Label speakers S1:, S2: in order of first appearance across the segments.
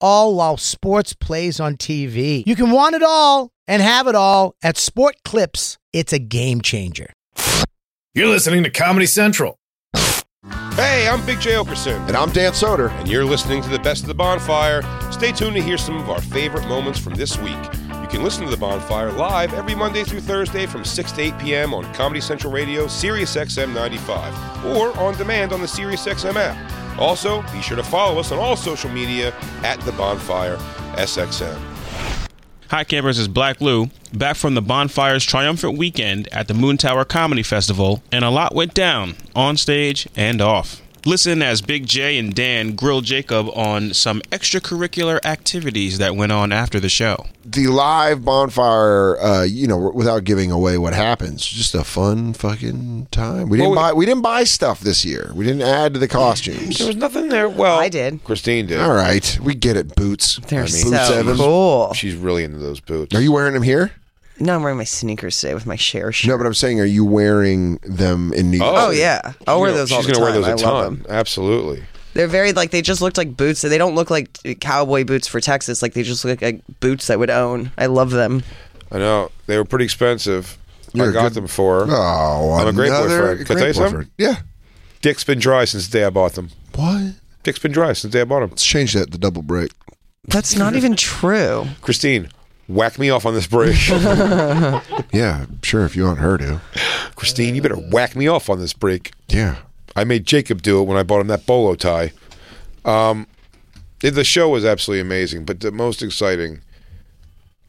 S1: all while sports plays on TV. You can want it all and have it all at Sport Clips. It's a game changer.
S2: You're listening to Comedy Central.
S3: Hey, I'm Big J. Okerson.
S4: And I'm Dan Soder.
S3: And you're listening to the best of the bonfire. Stay tuned to hear some of our favorite moments from this week. You can listen to the bonfire live every Monday through Thursday from 6 to 8 p.m. on Comedy Central Radio, Sirius XM 95, or on demand on the Sirius XM app. Also, be sure to follow us on all social media at the bonfire SXM.
S5: Hi, campers, it's Black Lou, back from the Bonfire's triumphant weekend at the Moon Tower Comedy Festival, and a lot went down, on stage and off. Listen as Big J and Dan grill Jacob on some extracurricular activities that went on after the show.
S4: The live bonfire, uh, you know, without giving away what happens, just a fun fucking time. We didn't
S3: Well, we-
S4: buy we didn't buy stuff this year. We didn't add to the costumes.
S3: There was nothing there. Well,
S6: I did.
S3: Christine did.
S4: All right, we get it. Boots.
S6: They're
S4: I mean,
S6: so
S4: boots Evans.
S6: cool.
S3: She's really into those boots.
S4: Are you wearing them here?
S6: No, I'm wearing my sneakers today with my share shirt.
S4: No, but I'm saying, are you wearing them in New York?
S6: Oh, yeah. I'll wear those all
S3: She's
S6: the
S3: gonna wear
S6: time.
S3: those a
S6: I
S3: ton.
S6: love
S3: Absolutely.
S6: They're very like they just looked like boots. They don't look like cowboy boots for Texas. Like they just look like boots I would own. I love them.
S3: I know they were pretty expensive.
S4: You're
S3: I
S4: a
S3: got
S4: good-
S3: them for her.
S4: Oh,
S3: I'm a great
S4: another
S3: boyfriend. Can I
S4: great
S3: tell you
S4: boyfriend.
S3: something?
S4: Yeah.
S3: Dick's been dry since the day I bought them.
S4: What?
S3: Dick's been dry since the day I bought them.
S4: Let's change that to double break.
S6: That's not even true.
S3: Christine, whack me off on this break.
S4: Yeah, sure. If you want her to.
S3: Christine, you better whack me off on this break.
S4: Yeah.
S3: I made Jacob do it when I bought him that bolo tie. Um, it- the show was absolutely amazing, but the most exciting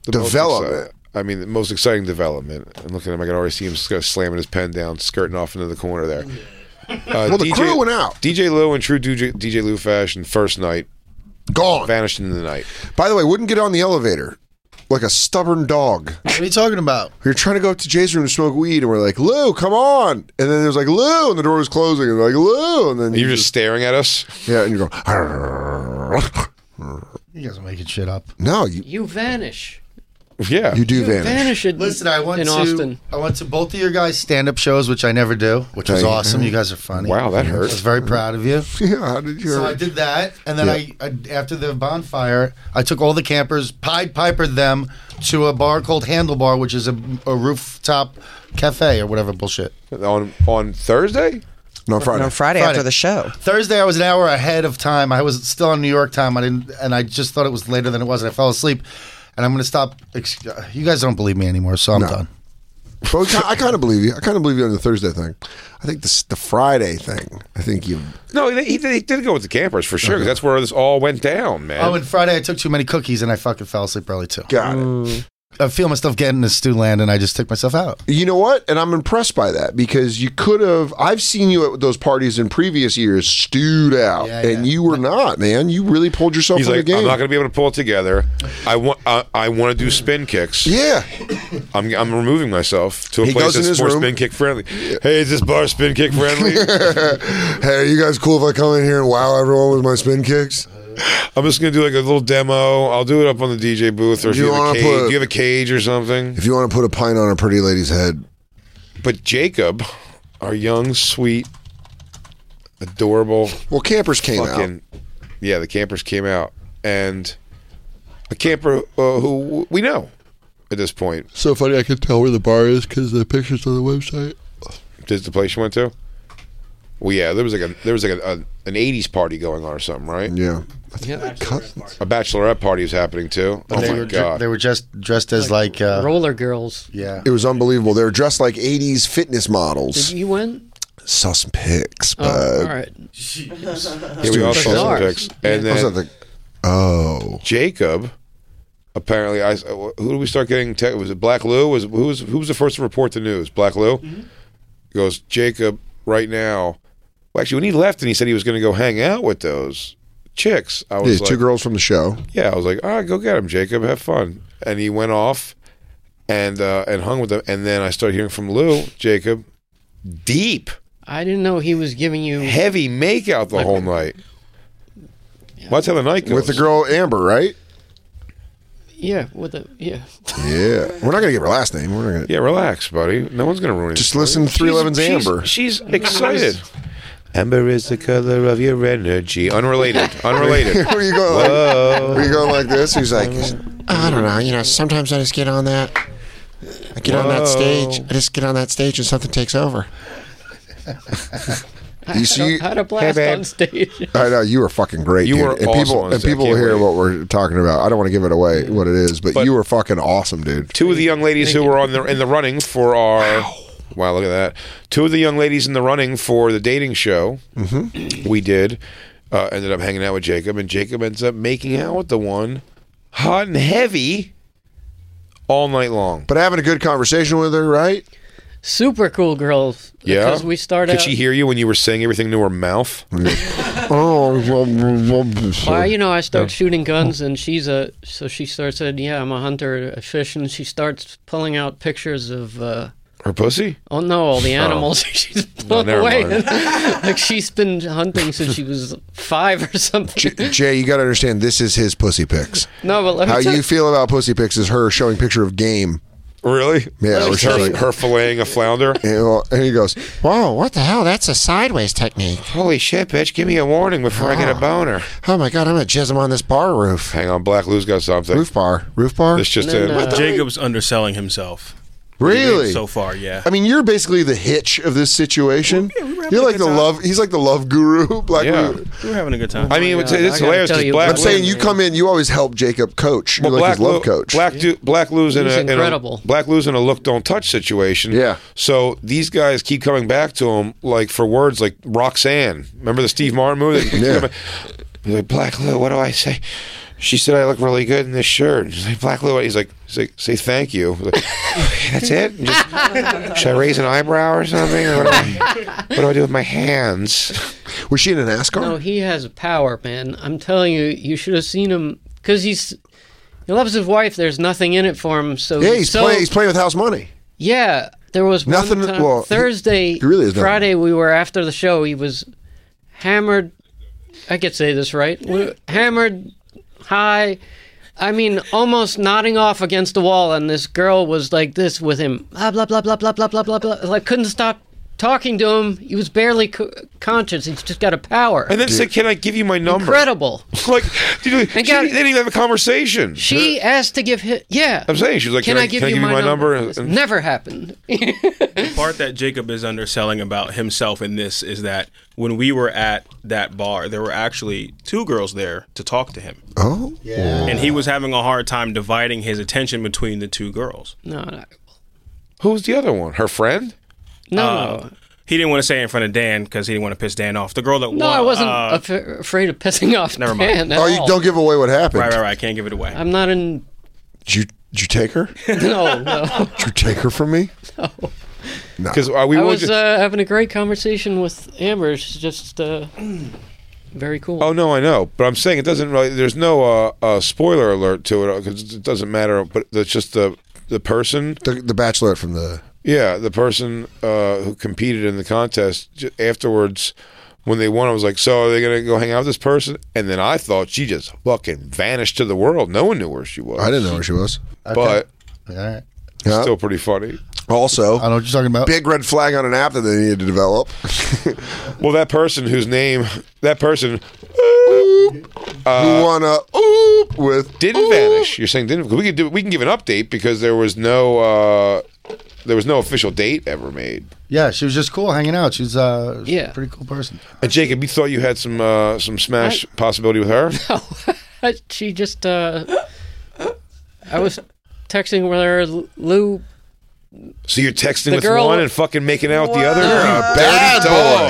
S3: the most
S4: Development.
S3: exci- I mean, the most exciting development. I'm looking at him. I can already see him just kinda slamming his pen down, skirting off into the corner there. Uh,
S4: Well, the crew went out.
S3: DJ Lou and True DJ, DJ Lou fashion, first night,
S4: Gone.
S3: vanished into the night.
S4: By the way, wouldn't get on the elevator like a stubborn dog.
S7: What are you talking about?
S4: We were trying to go up to Jay's room to smoke weed, and we're like, Lou, come on. And then there's like, Lou, and the door was closing, and we're like, Lou. And then
S3: You're just staring at us.
S4: yeah, and you're going, "Arrgh."
S7: You guys are making shit up.
S4: no, you,
S8: You vanish.
S3: Yeah.
S4: you do vanish.
S8: in,
S7: Listen, I went
S8: in
S7: to
S8: Austin.
S7: I went to both of your guys' stand-up shows, which I never do, which was
S4: Okay.
S7: awesome. You guys are funny.
S3: Mm-hmm. Wow, that
S7: I
S3: hurt.
S7: was very proud of you.
S4: Yeah, how did you?
S7: So I did that, and then I, I after the bonfire, I took all the campers, Pied Pipered them to a bar called Handlebar, which is a, a rooftop cafe or whatever bullshit.
S3: On on Thursday?
S4: no, Friday.
S6: No, Friday,
S7: Friday.
S6: after the show.
S7: Thursday, I was an hour ahead of time. I was still on New York time. I didn't, and I just thought it was later than it was, and I fell asleep. And I'm going to stop. ex- You guys don't believe me anymore, so I'm done.
S4: But we ki- I kind of believe you. I kind of believe you on the Thursday thing. I think this, the Friday thing. I think you.
S3: No, he, he, did, he did go with the campers for sure. 'cause that's where this all went down, man.
S7: Oh, and Friday, I took too many cookies, and I fucking fell asleep early too.
S4: Got
S7: I feel myself getting to stew land, and I just took myself out.
S4: it. You know what? And I'm impressed by that because you could have. I've seen you at those parties in previous years, stewed out,
S7: Yeah,
S4: and
S7: yeah.
S4: you were not, man. You really pulled yourself
S3: He's
S4: in
S3: like,
S4: the game.
S3: I'm not going to be able to pull it together. I want, I, I want to do spin kicks.
S4: yeah,
S3: I'm, I'm removing myself to a
S4: He
S3: place
S4: goes in
S3: that's
S4: his
S3: more
S4: room.
S3: spin kick friendly. Hey, is this bar spin kick friendly?
S4: hey, are you guys cool if I come in here and wow everyone with my spin kicks?
S3: I'm just going to do like a little demo. I'll do it up on the DJ booth, or if
S4: Do
S3: you,
S4: you
S3: have a
S4: wanna
S3: cage,
S4: put-
S3: do you have a cage or something.
S4: If you want to put a pint on a pretty lady's head,
S3: But Jacob, our young, sweet, adorable,
S4: well, campers came out.
S3: fucking yeah the campers came out and a camper uh, who we know at this point
S4: So funny, I can tell where the bar is because the pictures on the website.
S3: this is the place you went to well yeah there was like a there was like a, a, an 80s party going on or something right
S4: Yeah,
S8: Yeah.
S3: a bachelorette party was happening too
S7: they
S3: oh
S7: were
S3: my
S7: ju-
S3: god
S7: they were just dressed as like, uh,
S8: Roller girls.
S7: yeah.
S4: it was unbelievable. They were dressed like '80s fitness
S8: Did
S4: models.
S8: you win?
S4: Saw some pics, but
S9: uh,
S8: Oh, all right.
S3: Here we all saw some
S8: Bizarre.
S3: pics and
S4: I was
S3: then
S4: at the- oh,
S3: Jacob apparently I who did we start getting tech was it Black Lou was who was who was the first to report the news Black Lou goes Jacob right now well actually when he left and he said he was going to go hang out with those chicks. I
S4: These
S3: was like,
S4: two girls from the show.
S3: yeah, I was like, ah, go get him, Jacob. Have fun. And he went off and uh, and hung with them. And then I started hearing from Lou, Jacob, deep,
S8: I didn't know he was giving you.
S3: heavy makeout the whole night. Well, that's how the night goes.
S4: With the girl Amber, right?
S8: Yeah, with the yeah.
S4: Yeah. We're not gonna give her last name. We're not gonna
S3: Yeah, relax, buddy. No one's gonna ruin it.
S4: just listen to three eleven's Amber.
S3: She's excited. Amber is the color of your energy. Unrelated. Unrelated.
S4: Where you going? Like, where you going like this? He's like,
S9: I don't know. You know, sometimes I just get on that. I get on that stage. I just get on that stage and something takes over.
S4: you see,
S8: Had a blast
S3: babe.
S8: on stage.
S4: I know you were fucking great.
S3: You
S4: dude.
S3: were
S4: and
S3: awesome
S4: people
S3: on
S4: and
S3: set.
S4: people will
S3: Can't
S4: hear
S3: wait.
S4: what we're talking about. I don't want to give it away what it is, but,
S3: But-
S4: you were fucking awesome, dude.
S3: Two of the young ladies who were on the in the running for our wow. look at that. Two of the young ladies in the running for the dating show
S4: Mm-hmm.
S3: we did uh, ended up hanging out with Jacob, and Jacob ends up making out with the one hot and heavy all night long.
S4: But having a good conversation with her, right?
S8: Super cool girls.
S3: Yeah,
S8: Because we started.
S3: Could she hear you when you were saying everything to her mouth?
S4: Mm. Oh, well, well,
S8: Well, you know, I start shooting guns, and she's a so she starts saying, "Yeah, I'm a hunter, a fish," and she starts pulling out pictures of. Uh,
S3: Her pussy?
S8: Oh no! All the animals she's blown
S3: never
S8: away.
S3: mind.
S8: like she's been hunting since she was five or something.
S4: J- Jay, you got to understand this is his pussy pics.
S8: No, but let me
S4: How
S8: tell
S4: you feel about pussy pics is her showing picture of game.
S3: Really?
S4: Yeah,
S3: Her,
S4: we're showing-
S3: her filleting a flounder.
S4: And, well, and he goes,
S9: Whoa, what the hell? That's a sideways technique.
S3: Holy shit, bitch! Give me a warning before I
S8: Ah.
S3: get a boner.
S9: Oh my god, I'm gonna jizz him on this bar roof.
S3: Hang on, Black Lou's got something.
S4: roof bar, roof bar.
S3: This just
S8: No,
S3: in.
S8: no.
S4: What the-
S5: Jacob's underselling himself.
S4: really?
S5: So far, yeah.
S4: I mean, you're basically the hitch of this situation. you're like the love. He's like the love guru, Black
S3: Yeah.
S4: Lou.
S5: We were having a good time.
S3: I mean,
S8: my
S3: it's,
S8: God,
S3: it's
S8: I gotta
S3: hilarious
S8: tell
S3: because
S8: you,
S3: Black.
S4: I'm
S8: Black
S3: Lou-
S4: saying
S8: Lou-
S4: you come in. You always help Jacob coach. You're
S3: Well,
S4: like his love
S3: Lou-
S4: coach.
S3: Black, Du- Black Lou's in
S8: He's
S3: a, in a
S8: incredible.
S3: Black Lou's in a look don't touch situation.
S4: Yeah.
S3: So these guys keep coming back to him like for words like Roxanne. Remember the Steve Martin movie?
S4: Yeah.
S3: He's like Black Lou, what do I say? She said I look really good in this shirt. She's like, Black Lou, what?" he's like, he's like, say thank you. He's like, "Okay, that's it. And just- should I raise an eyebrow or something? Or what, do I, what do I do with my hands?
S4: Was she in an NASCAR?
S8: No, he has power, man. I'm telling you, you should have seen him because he's he loves his wife. There's nothing in it for him. So
S4: yeah, he's
S8: so,
S4: playing. He's playing with house money.
S8: Yeah, there was
S4: Nothing-
S8: One time,
S4: well, he-
S8: Thursday,
S4: he really is nothing.
S8: Friday. We were after the show. He was hammered. I could say this right. We- Hammered high. I mean, almost nodding off against the wall, and this girl was like this with him. Blah blah blah blah blah blah blah blah blah. Like couldn't stop talking to him. He was barely co- conscious. He's just got a power.
S3: And then said, can I give you my number?
S8: Incredible.
S3: Like, dude, she,
S8: got-
S3: they didn't even have a conversation.
S8: She asked to give him. Yeah.
S3: I'm saying she's like,
S8: Can, I, give you my, number? It's Never happened.
S5: part that Jacob is underselling about himself in this is that when we were at that bar, there were actually two girls there to talk to him.
S4: Oh,
S5: And he was having a hard time dividing his attention between the two girls.
S8: no, no,
S3: Who's the other one? Her friend?
S8: no. no.
S5: He didn't want to say it in front of Dan because he didn't want to piss Dan off. The girl that
S8: No,
S5: wa-
S8: I wasn't
S5: uh,
S8: af- afraid of pissing off
S5: Never mind.
S8: Dan at
S4: oh! You
S8: all.
S4: don't give away what happened.
S5: right, right, right. I can't give it away.
S8: I'm not in.
S4: Did you did you take her? Did
S8: No, no.
S4: you take her from me?
S3: Because uh, we
S8: I
S3: went
S8: was
S3: to-
S8: uh, having a great conversation with Amber. She's just uh, very cool.
S3: Oh no, I know, but I'm saying it doesn't really. There's no uh, uh, spoiler alert to it because it doesn't matter. But it's just the the person.
S4: The, the bachelorette from the
S3: Yeah, the person uh, who competed in the contest j- afterwards. When they won, I was like, "So are they gonna go hang out with this person?" And then I thought she just fucking vanished to the world. No one knew where she was.
S4: I didn't know where she was.
S3: but
S7: All right.
S4: Yeah.
S3: still pretty funny.
S4: also,
S7: I know what you're talking about.
S4: big red flag on an app that they needed to develop.
S3: Well, that person whose name that person Uh,
S4: you wanna oop with
S3: didn't vanish. You're saying didn't. We can do. We can give an update because there was no uh, there was no official date ever made.
S7: Yeah, she was just cool hanging out. She's uh, she's
S8: Yeah.
S7: a pretty cool person.
S3: And Uh, Jacob, you thought you had some uh, some smash possibility with her.
S4: Oh.
S8: she just. Uh, I was texting with her, Lou.
S3: So you're texting
S8: The
S3: with
S8: girl-
S3: one and fucking making out with the other. You
S4: bad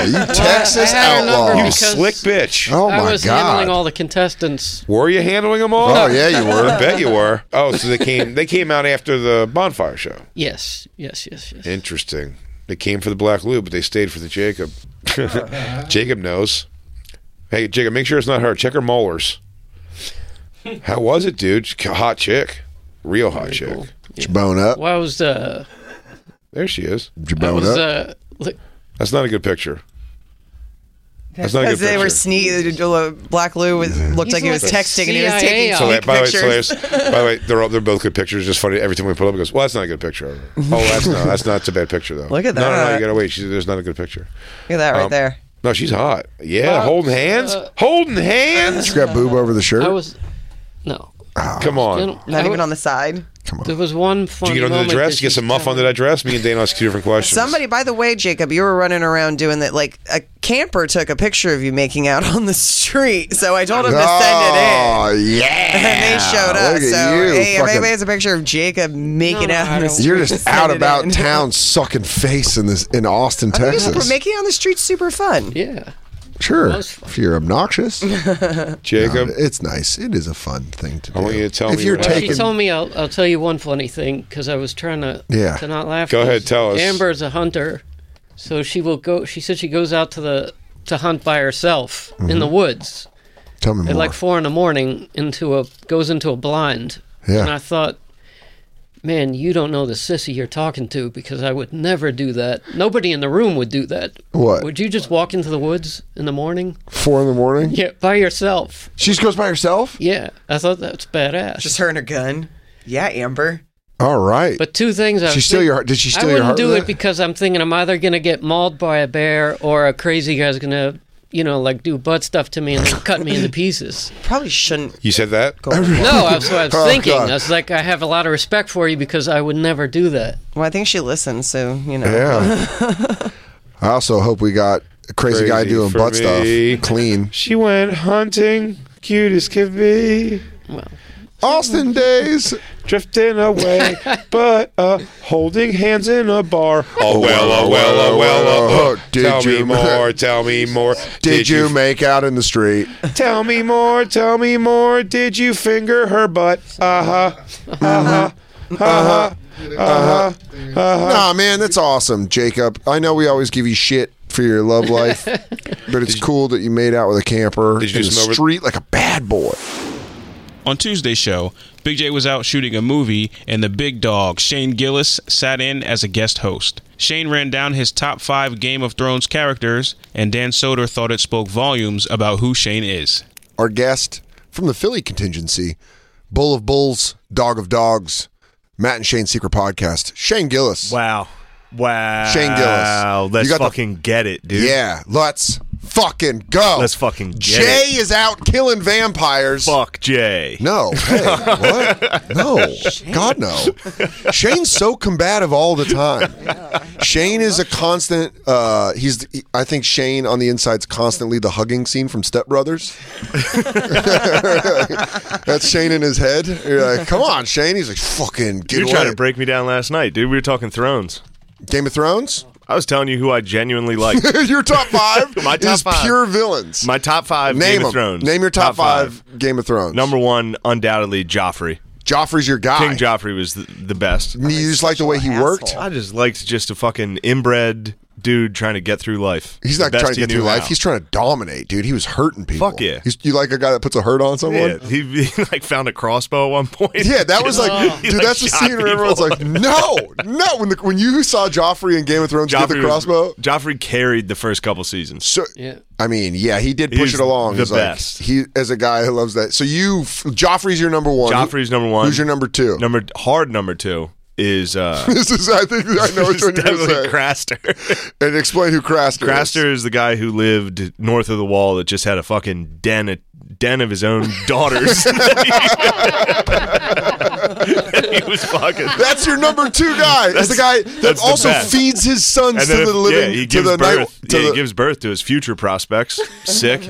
S4: boy.
S3: dirty
S4: You Texas
S8: I had a
S4: outlaw.
S8: number
S3: dog. You
S8: because
S3: slick bitch.
S4: Oh
S8: I
S4: my
S8: was handling
S4: god.
S8: all the contestants.
S3: Were you handling them all?
S4: Oh yeah, you
S3: I
S4: were.
S3: bet you were. Oh, so they came. They came out after the bonfire show.
S8: Yes, yes, yes, yes.
S3: Interesting. They came for the Black Lou, but they stayed for the Jacob. Jacob knows. Hey, Jacob, make sure it's not her. Check her molars. How was it, dude? Hot chick. Real hot chick.
S4: Did you bone up?
S8: Well, I was uh,
S3: There she is.
S4: Did you
S8: I
S4: bone
S8: was
S4: up?
S8: uh, look,
S3: That's not a good picture. That's not a good
S6: Because they
S3: picture.
S6: were sneaky. Black Lou was, looked like he was texting and he was
S8: CIA
S6: taking
S8: out.
S3: So
S6: sneak
S3: that- by the way, so
S6: pictures.
S3: there's- by the way, they're all, they're both good pictures. Just funny, every time we pull up, it goes, "Well, that's not a good picture." Oh, that's not that's not a bad picture though.
S6: Look at
S3: No, no, no,
S6: that.
S3: you gotta wait. She's, there's not a good picture.
S6: Look at that right
S3: Um,
S6: there.
S3: No, she's hot. Yeah, holding hands,
S6: Uh,
S3: holding hands.
S4: Did you grab boob over the shirt?
S8: I was no.
S6: uh,
S3: Come on.
S8: You know,
S6: Not
S8: I
S6: even
S8: wa-
S6: on the side.
S8: There was one
S3: Did
S8: funny
S3: you get under
S8: moment
S3: the dress?
S8: that
S3: Get
S8: she-
S3: some muff under that dress? Me and Dana asked two different questions.
S6: Somebody, by the way, Jacob, you were running around doing that. Like a camper took a picture of you making out on the street, so I told him to send it in.
S4: Oh yeah!
S6: And they showed up.
S4: Look at
S6: so
S4: you,
S6: hey, if
S4: fucking-
S6: anybody has a picture of Jacob making
S8: No,
S6: out,
S8: I
S6: on the
S8: don't-
S6: street,
S4: You're just
S6: send
S4: out
S6: it
S4: about
S6: in.
S4: town, sucking face in this in Austin, Texas.
S6: Making out on the street's super fun.
S8: Yeah.
S4: sure,
S8: Most fun.
S4: if you're obnoxious, Um,
S3: Jacob,
S4: it's nice. It is a fun thing to do.
S3: I want you to tell
S4: if
S3: me
S4: you're
S3: what
S8: Well,
S4: taking.
S8: she told me I'll, I'll tell you one funny thing because I was trying to
S4: Yeah.
S8: to not laugh.
S3: Go ahead,
S8: 'cause
S3: tell us.
S8: Amber's a hunter, so she will go. She said she goes out to the to hunt by herself in the woods
S4: tell me more.
S8: at like four in the morning into a goes into a blind.
S4: Yeah.
S8: And I thought, man, you don't know the sissy you're talking to because I would never do that. Nobody in the room would do that.
S4: What?
S8: Would you just walk into the woods in the morning?
S4: Four in the morning.
S8: Yeah, by yourself.
S4: She just goes by herself.
S8: Yeah, I thought that's badass.
S6: Just her and her gun. Yeah, Amber.
S4: All right.
S8: But two things. I
S4: She
S8: was
S4: steal
S8: think-
S4: your heart- did she steal
S8: I
S4: your
S8: wouldn't
S4: heart
S8: do
S4: with
S8: it
S4: that?
S8: because I'm thinking I'm either gonna get mauled by a bear or a crazy guy's gonna, you know, like do butt stuff to me and then cut me into pieces.
S6: Probably shouldn't.
S3: you said that.
S8: No, that's what I was
S4: Oh,
S8: thinking.
S4: God.
S8: I was like, I have a lot of respect for you because I would never do that.
S6: Well, I think she listens, so you know.
S4: yeah. I also hope we got a crazy, guy
S3: Crazy
S4: doing
S3: for
S4: butt
S3: me.
S4: stuff clean.
S3: She went hunting, cute as could be,
S4: Austin days.
S3: drifting away, but uh, holding hands in a bar. Oh well, oh well, oh well, oh.
S4: oh, did
S3: tell me
S4: you-
S3: more? Tell me more.
S4: Did you make out in the street?
S3: Tell me more, tell me more. Did you finger her butt? Uh huh. Uh huh. Uh huh. Uh,
S4: Nah, man, that's awesome, Jacob. I know we always give you shit for your love life, but it's cool that you made out with a camper
S3: Did you
S4: in
S3: do
S4: the
S3: some over-
S4: street like a bad boy.
S5: On Tuesday's show, Big J was out shooting a movie, and the big dog, Shane Gillis, sat in as a guest host. Shane ran down his top five Game of Thrones characters, and Dan Soder thought it spoke volumes about who Shane is.
S4: Our guest from the Philly contingency, Bull of Bulls, Dog of Dogs, Matt and Shane Secret Podcast, Shane Gillis.
S10: Wow. Wow.
S4: Shane Gillis.
S10: Let's
S4: You got the-
S10: fucking get it, dude.
S4: Yeah, let's fucking go.
S10: Let's fucking get
S4: Jay is out killing vampires.
S10: Fuck Jay.
S4: No. Hey, what? No. God, no. Shane's so combative all the time. Shane is a constant. Uh, he's. I think Shane on the inside's constantly the hugging scene from Step Brothers. That's Shane in his head. You're like, come on, Shane. He's like, fucking
S10: You
S4: get
S10: were
S4: away.
S10: trying to break me down last night, dude. We were talking Thrones.
S4: Game of Thrones.
S10: I was telling you who I genuinely liked.
S4: Your top five
S10: My top
S4: is
S10: five.
S4: pure villains.
S10: My top five
S4: Name
S10: Game
S4: 'em.
S10: of Thrones.
S4: Name your top, five, Game of Thrones.
S10: Number one, undoubtedly, Joffrey.
S4: Joffrey's your guy.
S10: King Joffrey was the, the best.
S4: You just like the way he
S6: Asshole.
S4: worked.
S10: I just liked just a fucking inbred dude trying to get through life.
S4: He's
S10: The
S4: not
S10: best
S4: trying to
S10: he
S4: get
S10: knew
S4: through life.
S10: how.
S4: He's trying to dominate, dude. He was hurting people.
S10: Fuck yeah.
S4: He's, you like a guy that puts a hurt on someone?
S10: yeah,
S4: Yeah,
S10: he, he like found a crossbow at one point.
S4: that was like,
S10: He,
S4: dude,
S10: like,
S4: that's the
S10: shot
S4: scene where everyone's
S10: people.
S4: like, no, no. When the, when you saw Joffrey in Game of Thrones get the
S10: was-
S4: crossbow,
S10: Joffrey carried the first couple seasons.
S4: so
S8: Yeah.
S4: I mean, yeah, he did push
S10: He's
S4: it along.
S10: the
S4: He's like-
S10: best.
S4: he as a guy who loves that. So you, Joffrey's your number one.
S10: Joffrey's number one.
S4: Who's your number two?
S10: Number hard number two is uh
S4: This is, I think, I know
S10: is
S4: which one you're going to
S10: definitely
S4: say.
S10: Craster.
S4: and explain who Craster.
S10: Craster
S4: Is.
S10: is the guy who lived north of the wall that just had a fucking den a den of his own daughters. he was fucking
S4: That's your number two guy. Is the guy that
S10: that's the
S4: also
S10: best.
S4: feeds his sons to
S10: if-
S4: the living
S10: yeah, he
S4: to
S10: gives
S4: the
S10: birth.
S4: night. To
S10: yeah,
S4: the,
S10: he gives birth to his future prospects. Sick.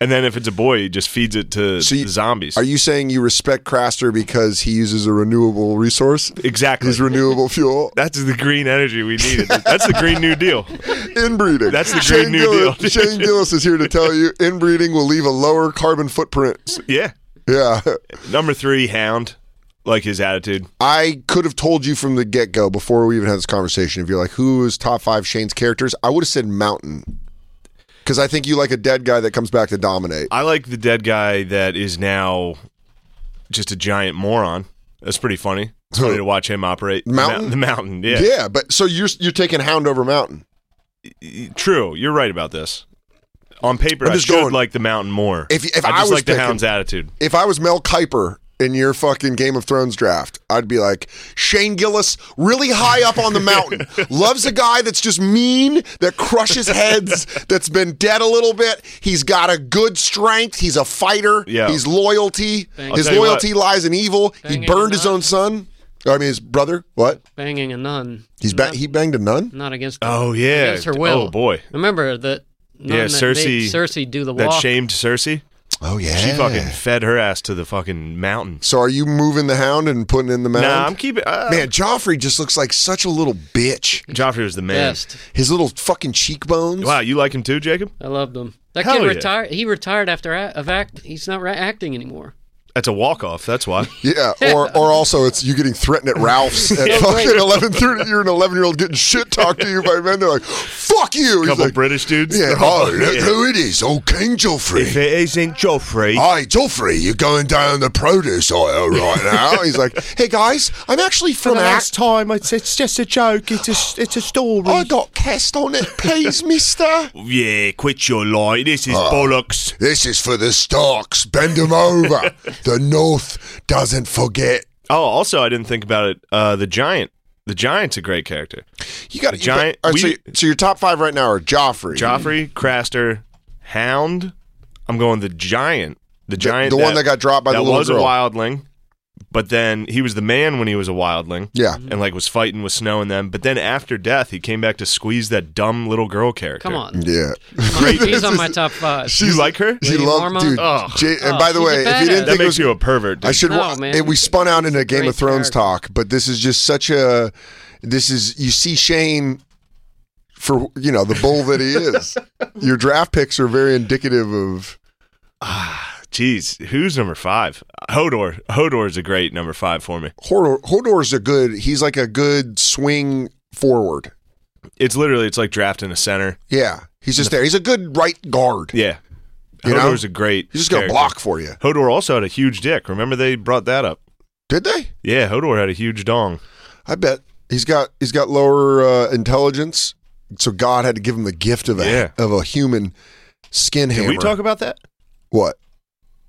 S10: And then if it's a boy, he just feeds it to
S4: So you-
S10: the zombies.
S4: Are you saying you respect Craster because he uses a renewable resource?
S10: exactly.
S4: His renewable fuel.
S10: That's the green energy we needed. That's the green new deal.
S4: Inbreeding.
S10: That's the
S4: Shane
S10: Green New
S4: Gillis,
S10: Deal.
S4: Shane Gillis is here to tell you inbreeding will leave a lower carbon footprint.
S10: Yeah.
S4: Yeah.
S10: Number three, Hound. Like his attitude.
S4: I could have told you from the get go before we even had this conversation. If you're like, who is top five Shane's characters? I would have said Mountain. Because I think you like a dead guy that comes back to dominate.
S10: I like the dead guy that is now just a giant moron. That's pretty funny. It's funny to watch him operate. The
S4: Mountain?
S10: mou- The mountain. Yeah.
S4: but so you're you're taking Hound over Mountain.
S10: True. You're right about this. On paper,
S4: I'm
S10: I
S4: just
S10: should
S4: going-
S10: like the mountain more.
S4: If- if
S10: I
S4: I
S10: just
S4: was
S10: like the
S4: picking-
S10: hound's attitude.
S4: If I was Mel Kiper in your fucking Game of Thrones draft, I'd be like Shane Gillis, really high up on the mountain, loves a guy that's just mean, that crushes heads, that's been dead a little bit. He's got a good strength. He's a fighter.
S10: Yeah.
S4: He's loyalty.
S8: Bang. I'll
S4: his
S10: tell you
S4: loyalty lies in evil.
S8: Banging
S4: he burned
S8: a
S4: his
S8: nun.
S4: own son. I mean, his brother. What?
S8: banging a nun.
S4: He's ba- he banged a nun.
S8: not against. Her,
S10: Oh yeah.
S8: against her will.
S10: Oh boy.
S8: Remember that. Nun
S10: Yeah,
S8: that
S10: Cersei-
S8: made Cersei do the
S10: That
S8: walk.
S10: shamed Cersei.
S8: Mm-hmm.
S4: Oh yeah.
S10: She fucking fed her ass to the fucking mountain.
S4: So are you moving the hound and putting in the mound?
S10: Nah, I'm keeping. Uh,
S4: Man, Joffrey just looks like such a little bitch.
S10: Joffrey was the man.
S8: Best.
S4: His little fucking cheekbones.
S10: Wow, you like him too, Jacob?
S8: I loved him. That
S10: Hell
S8: kid
S10: yeah.
S8: retired. He retired after a- of act. He's not ra- acting anymore.
S10: That's a walk off. That's why.
S4: Yeah, or or also it's you getting threatened at Ralph's at fucking eleven thirty. You're an eleven year old getting shit talked to you by men. They're like, "Fuck you." He's
S10: Couple
S4: like,
S10: British dudes.
S4: Yeah. Oh, look who it is. Oh, King Joffrey.
S10: it isn't Joffrey,
S4: Hi, Joffrey, you're going down the produce aisle right now. He's like, hey guys, I'm actually from Act.
S9: time, it's, it's just a joke. It's a, it's a story.
S4: I got cast on it, please, mister.
S10: Yeah, quit your lie. This is
S4: Ah.
S10: bollocks.
S4: This is for the Starks. Bend them over. the North doesn't forget.
S10: Oh, also, I didn't think about it. Uh, the giant. The giant's a great character.
S4: You got
S10: The giant-
S4: All right, so,
S10: we-
S4: so your top five right now are Joffrey,
S10: Joffrey, Craster, Hound. I'm going the giant. The giant.
S4: the one that got dropped by the
S10: that
S4: little
S10: was
S4: girl.
S10: a wildling, but then he was the man when he was a wildling.
S4: Yeah.
S8: Mm-hmm.
S10: and like was fighting with Snow and them. But then after death, he came back to squeeze that dumb little girl character.
S8: Come on.
S4: Yeah,
S8: He's on my top five.
S10: you like her?
S4: She
S8: Lady
S4: loved,
S8: Mormont?
S4: dude.
S10: Oh.
S4: J- and by the
S8: she's a
S4: way, if you didn't
S8: badass.
S10: That
S4: think it
S10: makes
S4: was,
S10: you a pervert. Dude.
S4: I should.
S8: No,
S4: wa-
S8: man.
S4: it- we spun out into Game
S8: Great
S4: of Thrones
S8: character.
S4: talk, but this is just such a. This is you see Shane for you know the bull that he is. Your draft picks are very indicative of.
S10: Jeez, who's number five? Hodor. Hodor is a great number five for me.
S4: Hodor, Hodor's a good. He's like a good swing forward.
S10: It's literally it's like drafting a center.
S4: Yeah, he's just there. He's a good right guard.
S10: Yeah,
S4: You know?
S10: Hodor's a great.
S4: He's just gonna
S10: character.
S4: block for you.
S10: Hodor also had a huge dick. Remember they brought that up.
S4: Did they?
S10: Yeah, Hodor had a huge dong.
S4: I bet he's got he's got lower uh, intelligence, so God had to give him the gift of a
S10: Yeah.
S4: of a human skin
S10: Did
S4: hammer.
S10: we talk about that?
S4: what?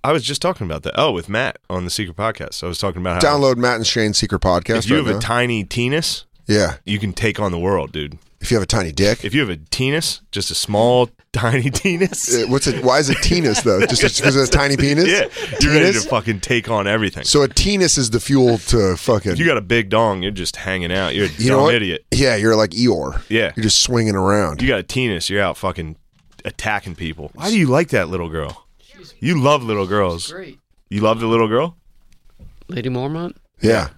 S10: I was just talking about that. Oh, with Matt on the Secret Podcast. I was talking about how
S4: Download Matt and Shane's Secret Podcast.
S10: Uh-huh. if you
S4: right
S10: have a
S4: now.
S10: tiny penis,
S4: yeah,
S10: you can take on the world, dude.
S4: if you have a tiny dick.
S10: If you have a penis, just a small tiny penis.
S4: Uh, What's it? Why is it tennis though? Just because it's a tiny penis?
S10: Yeah, you're ready to
S4: Tennis?
S10: fucking take on everything.
S4: So a penis is the fuel to fucking.
S10: If you got a big dong, you're just hanging out. You're a
S4: you know
S10: dumb
S4: what?
S10: idiot.
S4: Yeah, you're like Eeyore.
S10: Yeah.
S4: you're just swinging around.
S10: You got a penis, you're out fucking attacking people. Why do you like that little girl? You love little girls.
S8: Great.
S10: You love the little girl?
S8: Lady Mormont.
S4: yeah,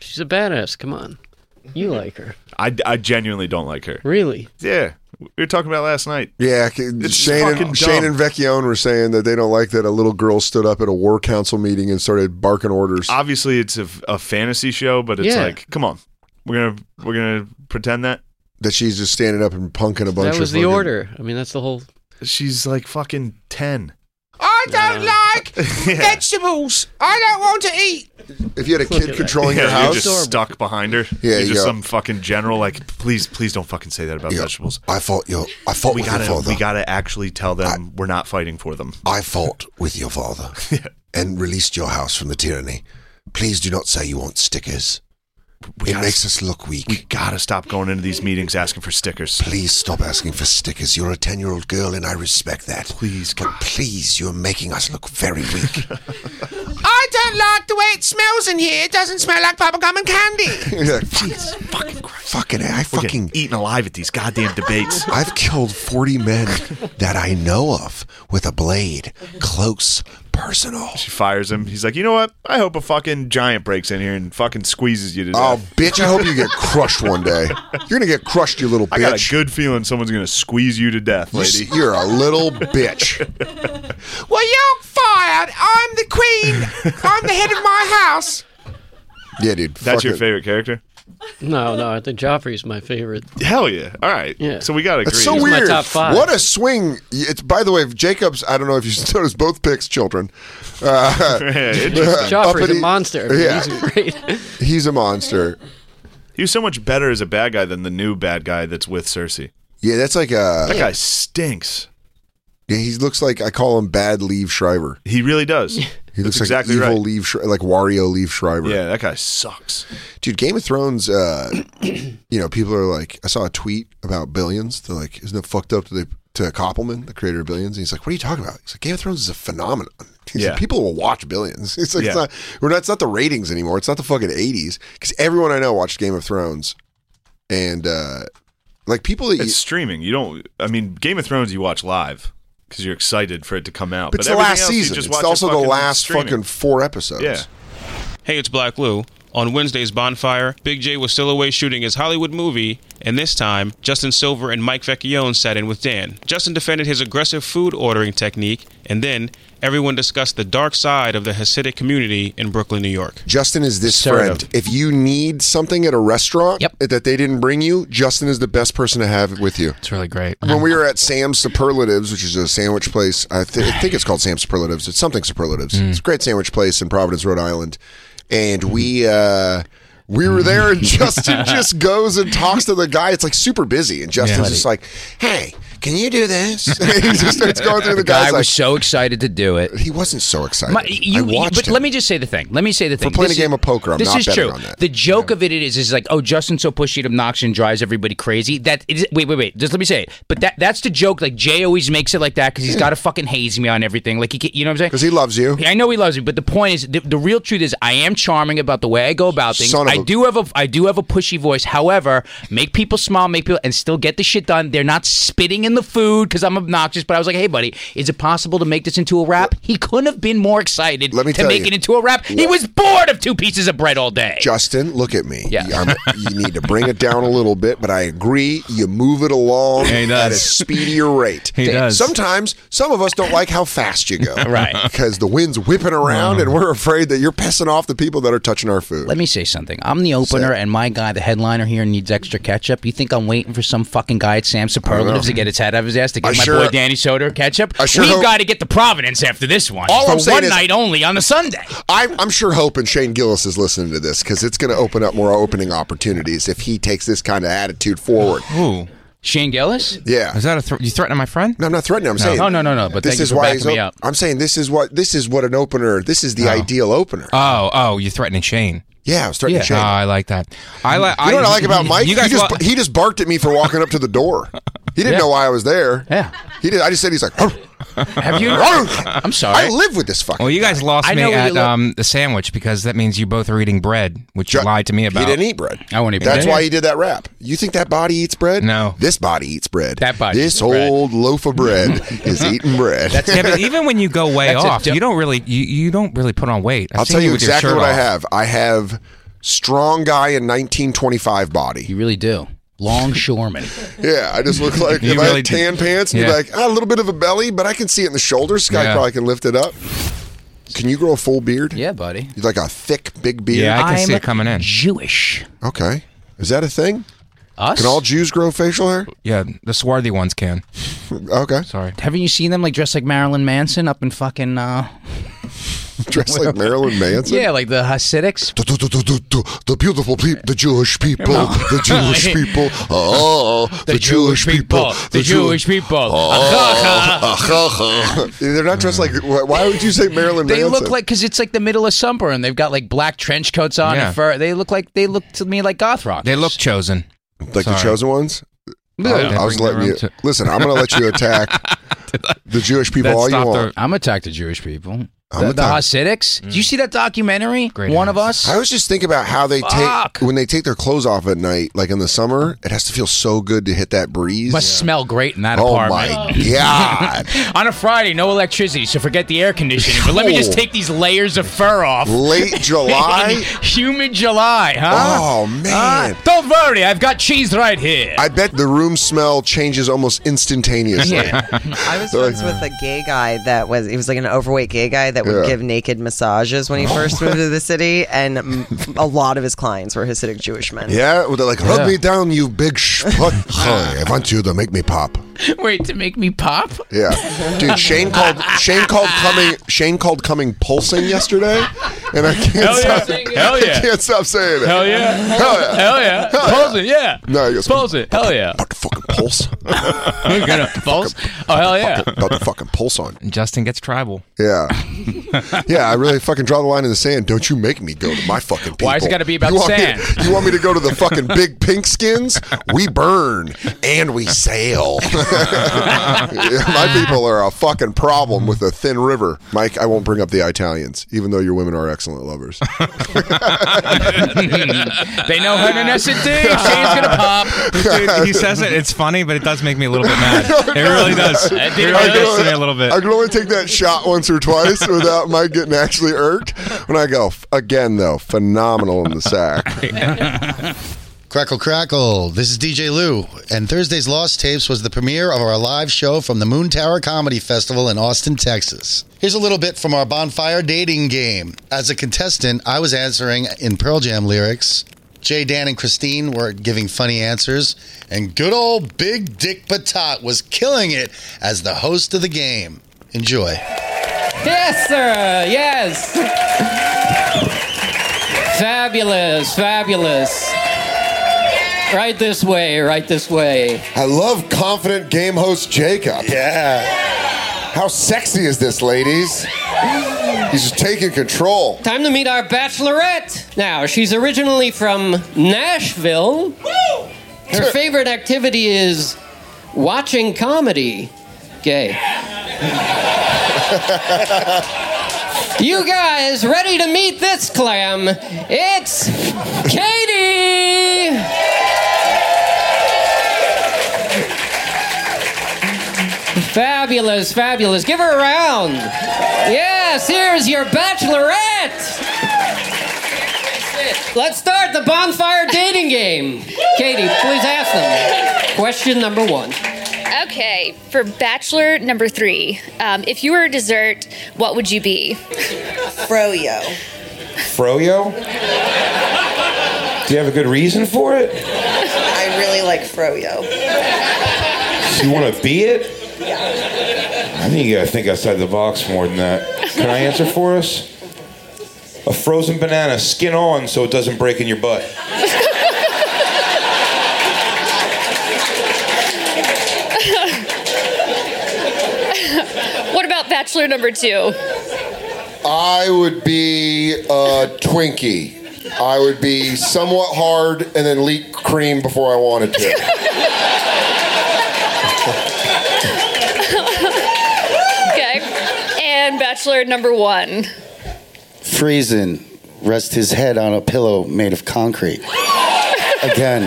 S8: She's a badass. Come on. You like her.
S10: I, I genuinely don't like her.
S8: Really?
S10: Yeah. We were talking about last night.
S4: yeah. c-
S10: It's
S4: Shane
S10: fucking dumb.
S4: and, Shane and Vecchione were saying that they don't like that a little girl stood up at a war council meeting and started barking orders.
S10: Obviously, it's a, a fantasy show, but it's
S8: Yeah.
S10: like, come on. We're going to we're gonna pretend that.
S4: that she's just standing up and punking a bunch.
S8: That was
S4: of
S8: the
S4: fucking-
S8: order. I mean, that's the whole.
S10: She's like fucking 10.
S9: I don't like vegetables. I don't want to eat.
S4: If you had a
S8: Look at
S4: kid
S8: that.
S4: controlling your
S10: Yeah, you're
S4: house,
S10: just stuck behind her.
S4: Yeah,
S10: you're
S4: you
S10: just
S4: go-
S10: some fucking general. Like, please, please don't fucking say that about
S4: Yeah.
S10: vegetables.
S4: I fought your. I fought
S10: We
S4: with your
S10: gotta,
S4: father.
S10: we gotta actually tell them we're not fighting for them.
S4: I fought with your father and released your house from the tyranny. Please do not say you want stickers.
S10: We
S4: it
S10: gotta,
S4: makes us look weak.
S10: we gotta stop going into these meetings asking for stickers.
S4: Please stop asking for stickers. You're a 10 year old girl, and I respect that.
S10: Please,
S4: But please, you're making us look very weak.
S9: I don't like the way it smells in here. It doesn't smell like bubblegum and candy.
S4: Jesus fucking Christ. Fucking, I
S10: we're getting
S4: fucking.
S10: eaten alive at these goddamn debates.
S4: I've killed 40 men that I know of with a blade. Close, personal.
S10: She fires him. He's like, you know what? I hope a fucking giant breaks in here and fucking squeezes you to
S4: Oh,
S10: death.
S4: bitch, I hope you get crushed one day. You're going to get crushed, you little bitch.
S10: I got a good feeling someone's gonna squeeze you to death, lady.
S4: You're a little bitch.
S9: well, you're fired. I'm the queen. I'm the head of my house.
S4: Yeah, dude.
S10: That's
S4: fuck
S10: your
S4: it.
S10: favorite character?
S8: No, no, I think Joffrey's my favorite.
S10: Hell yeah! All right.
S8: Yeah.
S10: So we got to agree.
S4: It's so
S8: He's my
S4: weird.
S8: top five.
S4: What a swing! It's by the way, Jacobs. I don't know if you noticed both picks, children. Uh,
S10: Interesting.
S8: Joffrey's
S4: uppity-
S8: a monster.
S4: yeah.
S8: He's great.
S4: he's a monster.
S10: He was so much better as a bad guy than the new bad guy that's with Cersei.
S4: Yeah, that's like
S10: That
S4: a.
S10: guy stinks.
S4: Yeah, he looks like I call him Bad Leave Shriver.
S10: He really does.
S4: He
S10: that's
S4: looks
S10: exactly
S4: like evil
S10: right.
S4: Leave, Shri- like Wario Leave Shriver.
S10: Yeah, that guy sucks.
S4: Dude, Game of Thrones, uh, you know, people are like, I saw a tweet about Billions. They're like, isn't it fucked up to, the, to Koppelman, the creator of Billions? And he's like, what are you talking about? He's like, Game of Thrones is a phenomenon. He's
S10: Yeah.
S4: like, people will watch Billions. It's like,
S10: Yeah.
S4: it's not, we're not, it's not the ratings anymore. It's not the fucking 80s. Because everyone I know watched Game of Thrones. And, uh, like, people that you-
S10: It's streaming. You don't. I mean, Game of Thrones you watch live because you're excited for it to come out.
S4: but it's the
S10: everything
S4: last
S10: else, you
S4: season.
S10: just
S4: It's
S10: watch it
S4: also the
S10: fucking
S4: last
S10: streaming.
S4: fucking four episodes.
S10: Yeah.
S5: Hey, it's Black Lou. On Wednesday's Bonfire, Big J was still away shooting his Hollywood movie, and this time, Justin Silver and Mike Vecchione sat in with Dan. Justin defended his aggressive food ordering technique, and then everyone discussed the dark side of the Hasidic community in Brooklyn, New York.
S4: Justin is this
S5: Sort
S4: friend.
S5: of.
S4: If you need something at a restaurant
S1: Yep.
S4: that they didn't bring you, Justin is the best person to have it with you.
S1: It's really great.
S4: When we were at Sam's Superlatives, which is a sandwich place, I, th- I think it's called Sam's Superlatives. It's something Superlatives.
S11: Mm.
S4: It's a great sandwich place in Providence, Rhode Island, and we. Uh, we were there, and Justin just goes and talks to the guy. It's like super busy, and Justin's just like, "Hey, can you do this?" he just starts going through the,
S11: The
S4: guy's
S11: guy
S4: like,
S11: was so excited to do it.
S4: "He wasn't so excited."
S11: My-
S4: I
S11: you-
S4: watched
S11: but
S4: him.
S11: let me just say the thing. Let me say the thing.
S4: playing
S11: This
S4: a
S11: is-
S4: game of poker, I'm
S11: this
S4: not
S11: is
S4: betting
S11: true.
S4: on that.
S11: The joke of it is, is like, oh, Justin's so pushy and obnoxious and drives everybody crazy. That is, wait, wait, wait. Just let me say it. But that that's the joke. Like Jay always makes it like that because he's got to fucking haze me on everything. Like he, ca- you know what I'm saying?
S4: because he loves you.
S11: Yeah, I know he loves me, but the point is, the, the real truth is, I am charming about the way I go about things.
S4: Son of
S11: I
S4: a-
S11: do have a, I do have a pushy voice. However, make people smile, make people, and still get the shit done. They're not spitting in the food because I'm obnoxious. But I was like, hey, buddy, is it possible to make this into a wrap? He couldn't have been more excited
S4: Let me
S11: to
S4: tell
S11: make
S4: you.
S11: it into a wrap. He was bored of two pieces of bread all day.
S4: Justin, look at me.
S11: Yeah.
S4: You- I'm- you need to bring it down a little bit, but I agree. You move it along
S12: Yeah, he
S4: at a
S12: does.
S4: speedier rate.
S12: He does.
S4: Sometimes some of us don't like how fast you go,
S11: Right.
S4: Because the wind's whipping around, and we're afraid that you're pissing off the people that are touching our food.
S11: Let me say something. I'm the opener, and my guy, the headliner here, needs extra ketchup. You think I'm waiting for some fucking guy at Sam's Superlatives to get his head out of his ass to
S4: I
S11: give my
S4: sure-
S11: boy Danny Soder ketchup?
S4: I sure
S11: We've
S4: hope-
S11: got to get to Providence after this one.
S4: All
S11: for
S4: I'm saying
S11: one
S4: is-
S11: night only on a Sunday.
S4: I'm, I'm sure Hope and Shane Gillis is listening to this because it's going to open up more opening opportunities if he takes this kind of attitude forward.
S12: Ooh,
S11: Shane Gillis?
S4: Yeah.
S12: is that a thr you threatening my friend?
S4: No, I'm not threatening. I'm saying
S11: No, no, no, no, but
S4: this
S11: thank you
S4: is
S11: for
S4: why
S11: backing
S4: he's.
S11: me
S4: op-
S11: up.
S4: I'm saying this is what this is what an opener. This is the ideal opener.
S12: Oh, oh, you're threatening Shane.
S4: yeah, I'm starting to
S12: Oh,
S4: change.
S11: uh,
S12: I like that. I like.
S4: You know what I like about Mike?
S12: You guys,
S4: he, just,
S12: wa-
S4: he just barked at me for walking up to the door. He didn't know why I was there.
S11: Yeah.
S4: He did. I just said he's like. "Oh."
S11: Have you? I'm sorry.
S4: I live with this fucking.
S12: well, you guys lost
S11: I
S12: me
S11: know where you
S12: at
S11: look-
S12: um, the sandwich because that means you both are eating bread, which you
S4: Ju-
S12: lied to me
S4: He
S12: about.
S4: didn't eat bread.
S11: I won't eat
S4: That's
S11: bread.
S4: why he did that rap. You think that body eats bread?
S12: No.
S4: This body eats bread.
S11: That body
S4: This
S11: eats bread.
S4: old loaf of bread is eating bread.
S12: Yeah, but even when you go way
S11: That's a
S12: off,
S11: di-
S12: you don't really you, you don't really put on weight. I've
S4: I'll
S12: seen
S4: tell you
S12: with your
S4: exactly
S12: shirt
S4: what I
S12: off.
S4: have. I have strong guy in 1925 body.
S11: You really do. Longshoreman.
S4: Yeah, I just look like
S12: You
S4: if I
S12: really
S4: had tan
S12: did-
S4: pants, and be
S12: yeah.
S4: like ah, a little bit of a belly, but I can see it in the shoulders. Sky
S12: Yeah.
S4: probably can lift it up. Can you grow a full beard?
S11: yeah, buddy.
S4: You like a thick, big beard.
S12: Yeah, I can see
S11: I'm
S12: it coming in.
S11: Jewish.
S4: Okay. Is that a thing?
S11: Us?
S4: Can all Jews grow facial hair?
S12: Yeah, the swarthy ones can.
S4: Okay.
S12: Sorry.
S11: Haven't you seen them like dressed like Marilyn Manson up in fucking uh
S4: Dressed like Marilyn Manson?
S11: yeah like the Hasidics?
S4: The, the- the- the- the- the beautiful people, the Jewish people, the Jewish people, oh, the, Jewish, people,
S11: the
S4: Jew-
S11: Jewish people.
S4: Oh, ah, ha, ha. They're not dressed like. why- Why would you say Marilyn
S11: They
S4: Manson?
S11: look like because it's like the middle of summer and they've got like black trench coats on
S12: Yeah.
S11: and fur. They look like they look to me like goth rock.
S12: They look chosen.
S4: like the
S12: Sorry.
S4: chosen ones.
S12: Yeah.
S4: I was
S12: Bring
S4: letting
S12: their
S4: you
S12: own to-
S4: listen. I'm going to let you attack the Jewish people
S12: That
S4: all you
S12: stopped
S4: want.
S12: our-
S11: I'm attacked to Jewish people.
S4: I'm
S11: the, the
S4: attacked.
S11: Hasidics. Do you
S12: Mm.
S11: see that documentary?
S12: Great
S11: One of
S12: house.
S11: us.
S4: I always just think about how they
S11: Fuck.
S4: take when they take their clothes off at night, like in the summer. It has to feel so good to hit that breeze.
S11: must smell great in that
S4: oh
S11: apartment.
S4: my god!
S11: On a Friday, no electricity, so forget the air conditioning. But let me just take these layers of fur off.
S4: Late July.
S11: Humid July, huh?
S4: Oh
S11: Huh?
S4: man!
S11: don't worry, I've got cheese right here.
S4: I bet the room smell changes almost instantaneously.
S11: Yeah.
S6: I was friends with a gay guy that was he was like an overweight gay guy that would
S4: Yeah. Oh.
S6: give naked massages when he first moved to the city, and mm, a lot of his clients were Hasidic Jewish men.
S4: Yeah, well, they're like, rub
S6: Yeah.
S4: me down, you big schmuck. I want you to make me pop.
S11: Wait, to make me pop?
S4: Yeah, dude. Shane called. Shane called coming. Shane called coming pulsing yesterday, and I can't
S11: Hell yeah.
S4: stop.
S11: Hell
S4: I
S11: yeah.
S4: can't stop saying it.
S11: Hell yeah.
S4: Hell yeah.
S11: Hell yeah. Pulse it, yeah.
S4: No, he goes,
S11: Pulse it. Hell yeah. About
S4: to fucking pulse.
S11: You're gonna pulse? Oh, hell yeah.
S4: about to fucking pulse on.
S12: And Justin gets tribal.
S4: Yeah, yeah. I really fucking draw the line in the sand. Don't you make me go to my fucking people.
S11: Why is it gotta be about
S4: you want me-
S11: sand?
S4: you want me to go to the fucking big pink skins? We burn and we sail. Yeah, my people are a fucking problem with a thin river. Mike, I won't bring up the Italians, even though your women are excellent lovers.
S11: they know her necessity. Shane's gonna pop.
S12: Dude, he says it. It's funny, but it does make me a little bit mad. It really does. It
S4: I
S12: really
S4: can
S12: does to
S4: only-
S12: me a little bit.
S4: I can only take that shot once or twice without Mike getting actually irked. When I go, f- again, though, phenomenal in the sack.
S7: Crackle, crackle. This is DJ Lou, and Thursday's Lost Tapes was the premiere of our live show from the Moon Tower Comedy Festival in Austin, Texas. Here's a little bit from our bonfire dating game. As a contestant, I was answering in Pearl Jam lyrics. Jay, Dan, and Christine were giving funny answers, and good old Big Dick Patat was killing it as the host of the game. Enjoy.
S8: Yes, sir. Yes. fabulous. Fabulous. Right this way. Right this way.
S4: I love confident game host Jacob. Yeah. How sexy is this, ladies? He's just taking control.
S8: Time to meet our bachelorette. Now, she's originally from Nashville. Her favorite activity is watching comedy. Gay. you guys ready to meet this clam? It's Katie! Fabulous, fabulous. Give her a round. Yes, here's your bachelorette. Let's start the bonfire dating game. Katie, please ask them. Question number one.
S13: Okay, for Bachelor number three, um, if you were a dessert, what would you be? Froyo.
S14: Froyo? Do you have a good reason for it?
S6: I really like Froyo.
S14: You want to be it? I think you got to think outside the box more than that. Can I answer for us? A frozen banana, skin on so it doesn't break in your butt.
S13: what about Bachelor number two?
S4: I would be a Twinkie. I would be somewhat hard and then leak cream before I wanted to.
S13: okay, and Bachelor number one.
S15: Friesen rests his head on a pillow made of concrete. Again.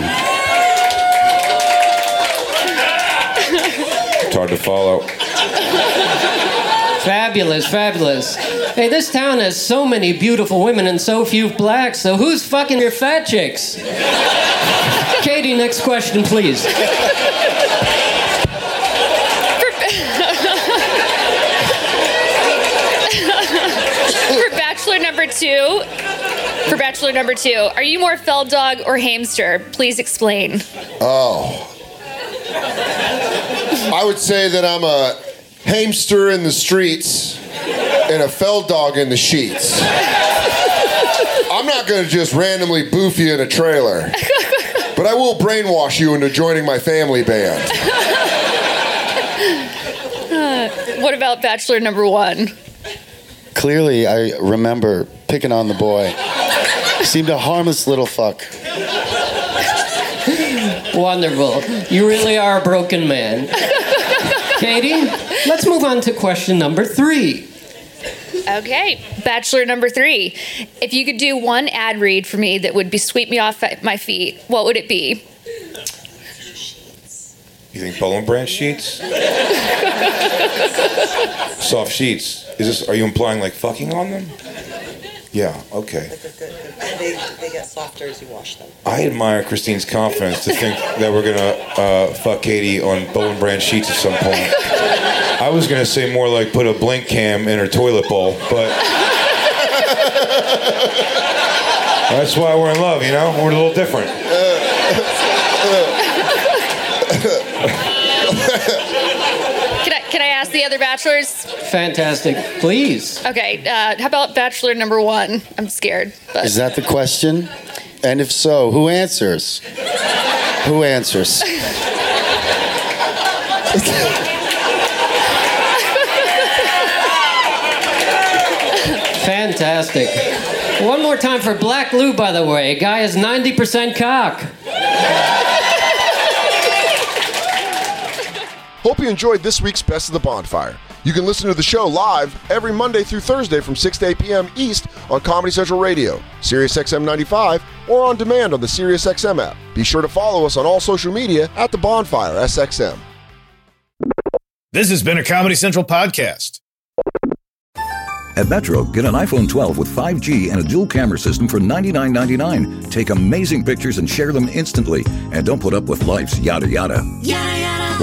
S14: It's hard to follow.
S8: Fabulous, fabulous. Hey, this town has so many beautiful women and so few blacks, so who's fucking your fat chicks? Katie, next question, please.
S13: for Bachelor number two, for Bachelor number two, are you more fell dog or hamster? Please explain.
S4: Oh. I would say that I'm a hamster in the streets and a fell dog in the sheets. I'm not going to just randomly boof you in a trailer, but I will brainwash you into joining my family band.
S13: Uh, what about Bachelor number one?
S15: Clearly, I remember picking on the boy. Seemed a harmless little fuck.
S8: Wonderful. You really are a broken man. Katie, let's move on to question number three.
S13: Okay, Bachelor number three. If you could do one ad read for me that would be sweep me off at my feet, what would it be?
S14: You think Bowling Branch sheets? Soft sheets. Is this? Are you implying like fucking on them?
S3: Yeah, okay.
S6: They, they get softer as you wash them.
S3: I admire Christine's confidence to think that we're gonna uh, fuck Katie on Bowen Brand sheets at some point. I was gonna say more like put a blink cam in her toilet bowl, but that's why we're in love, you know. We're a little different.
S13: Can I, can I ask the other bachelors?
S8: Fantastic. Please.
S13: Okay, uh, how about bachelor number one? I'm scared. But.
S7: Is that the question? And if so, who answers? who answers?
S8: Fantastic. One more time for Black Lou, by the way. Guy is 90% cock.
S4: Hope you enjoyed this week's Best of the Bonfire. You can listen to the show live every Monday through Thursday from 6 to 8 p.m. East on Comedy Central Radio, Sirius XM 95, or on demand on the Sirius XM app. Be sure to follow us on all social media at The Bonfire SXM.
S10: This has been a Comedy Central podcast.
S16: At Metro, get an iPhone 12 with 5G and a dual camera system for $99.99. Take amazing pictures and share them instantly. And don't put up with life's yada yada. Yada yada.